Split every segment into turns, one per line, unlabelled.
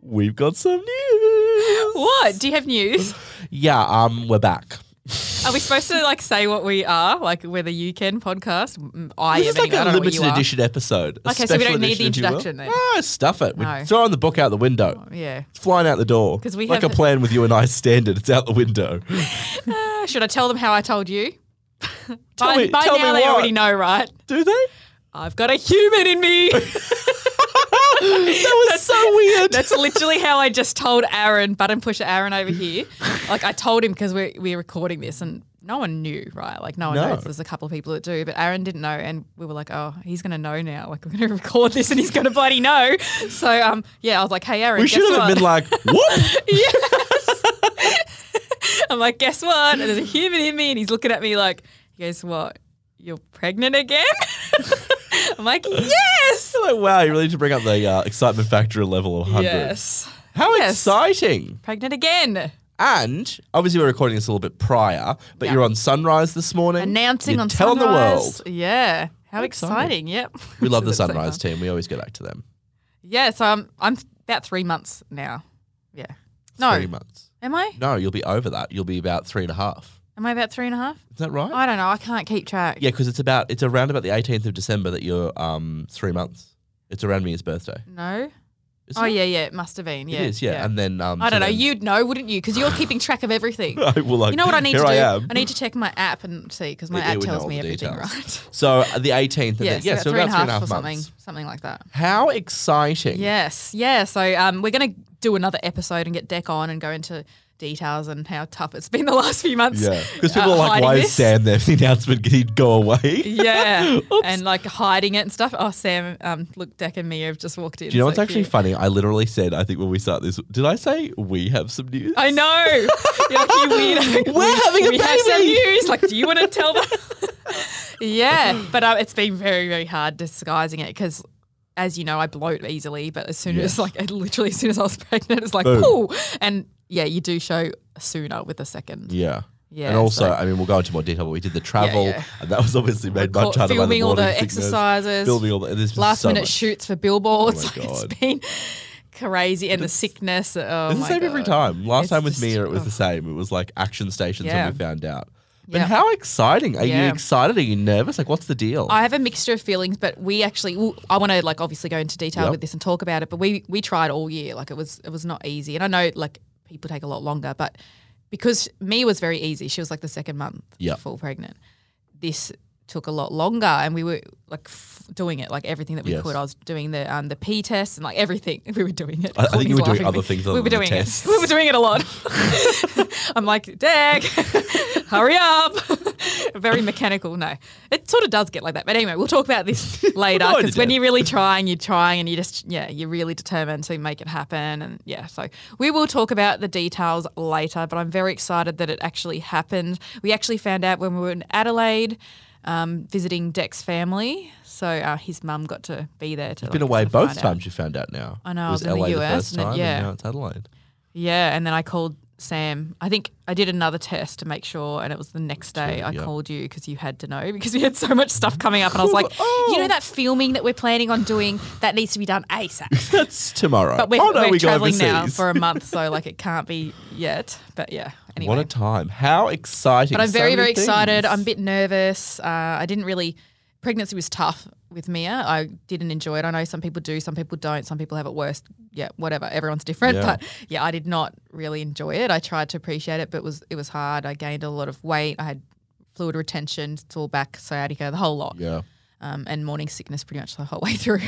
We've got some news.
What? Do you have news?
Yeah, um, we're back.
Are we supposed to like say what we are? Like we're the You Can podcast? Mm, I
This
am
is like
anyway. I
a
don't know what
limited
you are.
edition episode. a
Okay, so we
special
don't need the
edition, if you will.
introduction then.
Ah, stuff it. We
No.
are throwing the book out the window.
Yeah.
It's flying out the door.
'Cause we
like
have-
a plan with you and I standard. It's out the window.
Uh, Should I tell them how I told you? by
me-
by
tell
now
me
they
what.
already know, right?
Do they?
I've got a human in me.
That was so weird.
That's literally how I just told Aaron, button pusher Aaron over here. Like I told him because we're, we're recording this and no one knew, right? Like no one
No.
knows. There's a couple of people that do, but Aaron didn't know. And we were like, oh, he's going to know now. Like we're going to record this and he's going to bloody know. So um, yeah, I was like, hey, Aaron,
we
guess
should have
what?
been like, whoop.
I'm like, guess what? And there's a human in me, and he's looking at me like, guess what? You're pregnant again? I'm like, yes,
like, wow, you really need to bring up the uh, excitement factor level of 100.
yes,
How
Yes.
exciting.
pregnant again.
And obviously, we're recording this a little bit prior, but
Yeah.
you're on Sunrise this morning.
Announcing
You're
on
telling
sunrise.
the world.
yeah. How
exciting.
exciting! Yep,
We love the
It's so
Sunrise
fun.
team. We always go back to them.
Yeah, so I'm I'm about three months now. Yeah, no,
Three months.
am I?
No, you'll be over that. You'll be about three and a half.
Am I about three and a half?
Is that right?
I don't know. I can't keep track.
yeah, because it's about it's around about the 18th of December that you're um three months. It's around Mia's birthday.
No.
Is
Oh
it?
yeah, yeah. It must have been.
It
Yeah.
is, yeah. And then um,
I
so
don't know.
then-
You'd know, wouldn't you? Because you're keeping track of everything.
I will, like,
You know what I need
here
to do?
I,
I,
am.
need to check my app and see because my
Yeah,
app
we know
tells
all
me
the
everything,
details.
right?
So uh, the 18th. and
Yeah,
then- yeah,
so about
so
three
about
and a
three and a half
or
months.
something, something like that.
How exciting!
Yes, yeah. So um, we're going to do another episode and get Deck on and go into details and how tough it's been the last few months.
Yeah, because
uh,
people are like,
hiding
"Why is
this."
Sam there?" The announcement he'd go away. Do
Yeah, and like hiding it and stuff. Oh, Sam, um, look, Deck and Mia have just walked in.
you know
So
what's actually
cute.
funny? I literally said, "I think when we start this, did I say we have some news?"
I know. You're like, you weirdo.
We're having a
we have some
baby.
news. Like, do you want to tell them? yeah, but um, it's been very, very hard disguising it because, as you know, I bloat easily. But as soon
Yes.
as, like, literally as soon as I was pregnant, it's like,
Boom.
pooh. And yeah, you do show sooner with a second.
Yeah.
Yeah,
and also,
so-
I mean, we'll go into more detail, but we did the travel,
yeah.
and that was obviously made
Caught-
much out of by the
filming all the
morning sickness,
exercises,
filming all the and there's been
last
so
minute
much.
shoots for billboards.
Oh my
Like, it's
God.
been crazy, and the sickness. Oh
It's the
my
same every
God.
time. Last
It's
time with
just-
Mia, it was
oh.
the same. It was like action stations
Yeah.
when we found out. But
Yeah.
how exciting! Are you
Yeah.
excited? Are you nervous? Like, what's the deal?
I have a mixture of feelings, but we actually, well, I want to like obviously go into detail
Yep.
with this and talk about it. But we we tried all year, like it was it was not easy, and I know like people take a lot longer, but because me was very easy, she was like the second month,
Yep.
full pregnant. This took a lot longer, and we were like f- doing it like everything that we
Yes.
could. I was doing the um the P test and like everything. We were doing it.
I think you
Courtney's
were doing
laughing.
other things other
we were
than the
doing
tests.
it. We were doing it a lot. I'm like, Dag, hurry up. Very mechanical. No, it sort of does get like that. But anyway, we'll talk about this later
No, it
because when
did.
you're really trying, you're trying and you just, yeah, you're really determined to make it happen. And yeah, so we will talk about the details later, but I'm very excited that it actually happened. We actually found out when we were in Adelaide. Um, visiting Deck's family, so uh, his mum got to be there. To
Been
like,
away
sort of
both
find out.
times. You found out now.
I know,
It
I
was,
was in the
LA
US,
first
and then-
time,
yeah.
and now it's Adelaide.
Yeah, and then I called Sam. I think I did another test to make sure, and it was the next day
right,
I
yeah.
called you because you had to know because we had so much stuff coming up, and I was like,
Oh.
you know that filming that we're planning on doing that needs to be done ASAP.
That's tomorrow.
But we're,
oh no,
we're
we go
traveling
overseas.
now for a month, so like it can't be yet. But yeah, anyway.
What a time! How exciting!
But I'm
So
very,
many
very excited.
things.
I'm a bit nervous. Uh, I didn't really. Pregnancy was tough with Mia. I didn't enjoy it. I know some people do, some people don't. Some people have it worse. Yeah, whatever. Everyone's different.
Yeah.
But yeah, I did not really enjoy it. I tried to appreciate it, but it was it was hard. I gained a lot of weight. I had fluid retention, sore back, sciatica, the whole lot,
Yeah.
um, and morning sickness pretty much the whole way through,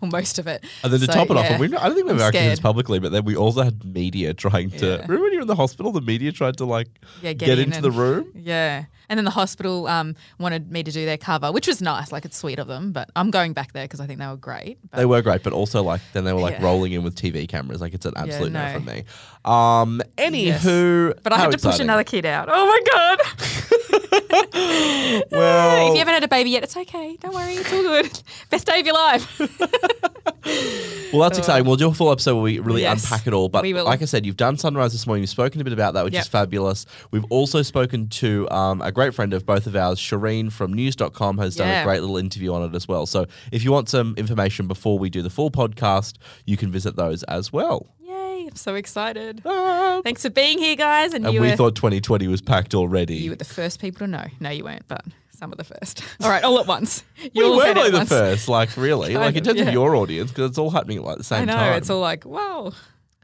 or most of it.
And then to
So,
top it off,
yeah.
and we, I don't think we've
I'm
actually done this
scared.
publicly, but then we also had media trying to.
Yeah.
Remember when you were in the hospital, the media tried to like
yeah,
get, into
and-
the room?
Yeah. And then the hospital um, wanted me to do their cover, which was nice. Like, it's sweet of them, but I'm going back there because I think they were great. But
They were great, but also like then they were like
Yeah.
rolling in with TV cameras. Like it's an absolute no.
no.
from me. Um, anywho,
but I
how
had to push
exciting.
another kid out. Oh my God.
Well,
if you haven't had a baby yet, it's okay. Don't worry. It's all good. Best day of your life.
Well, that's exciting. We'll do a full episode where we really
Yes,
unpack it all. But
we will.
like I said, you've done Sunrise this morning. You've spoken a bit about that, which is
Yep.
fabulous. We've also spoken to um, a great friend of both of ours, Shireen from news.com, has done
Yeah.
a great little interview on it as well. So if you want some information before we do the full podcast, you can visit those as well.
Yay. I'm so excited.
Ah.
Thanks for being here, guys. And,
And
you
we
were
thought 2020 was packed already.
you were the first people to know. No, you weren't, but some of the first. All right, all at once. You
we
all
were
said it
really the
once.
first, like really, like in
of,
terms
yeah.
of your audience, because it's all happening at like the same
I know.
time.
It's all like, wow,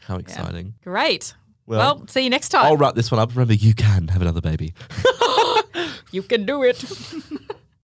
How exciting!
great.
Well,
Well, see you next time.
I'll wrap this one up. Remember, you can have another baby.
You can do it.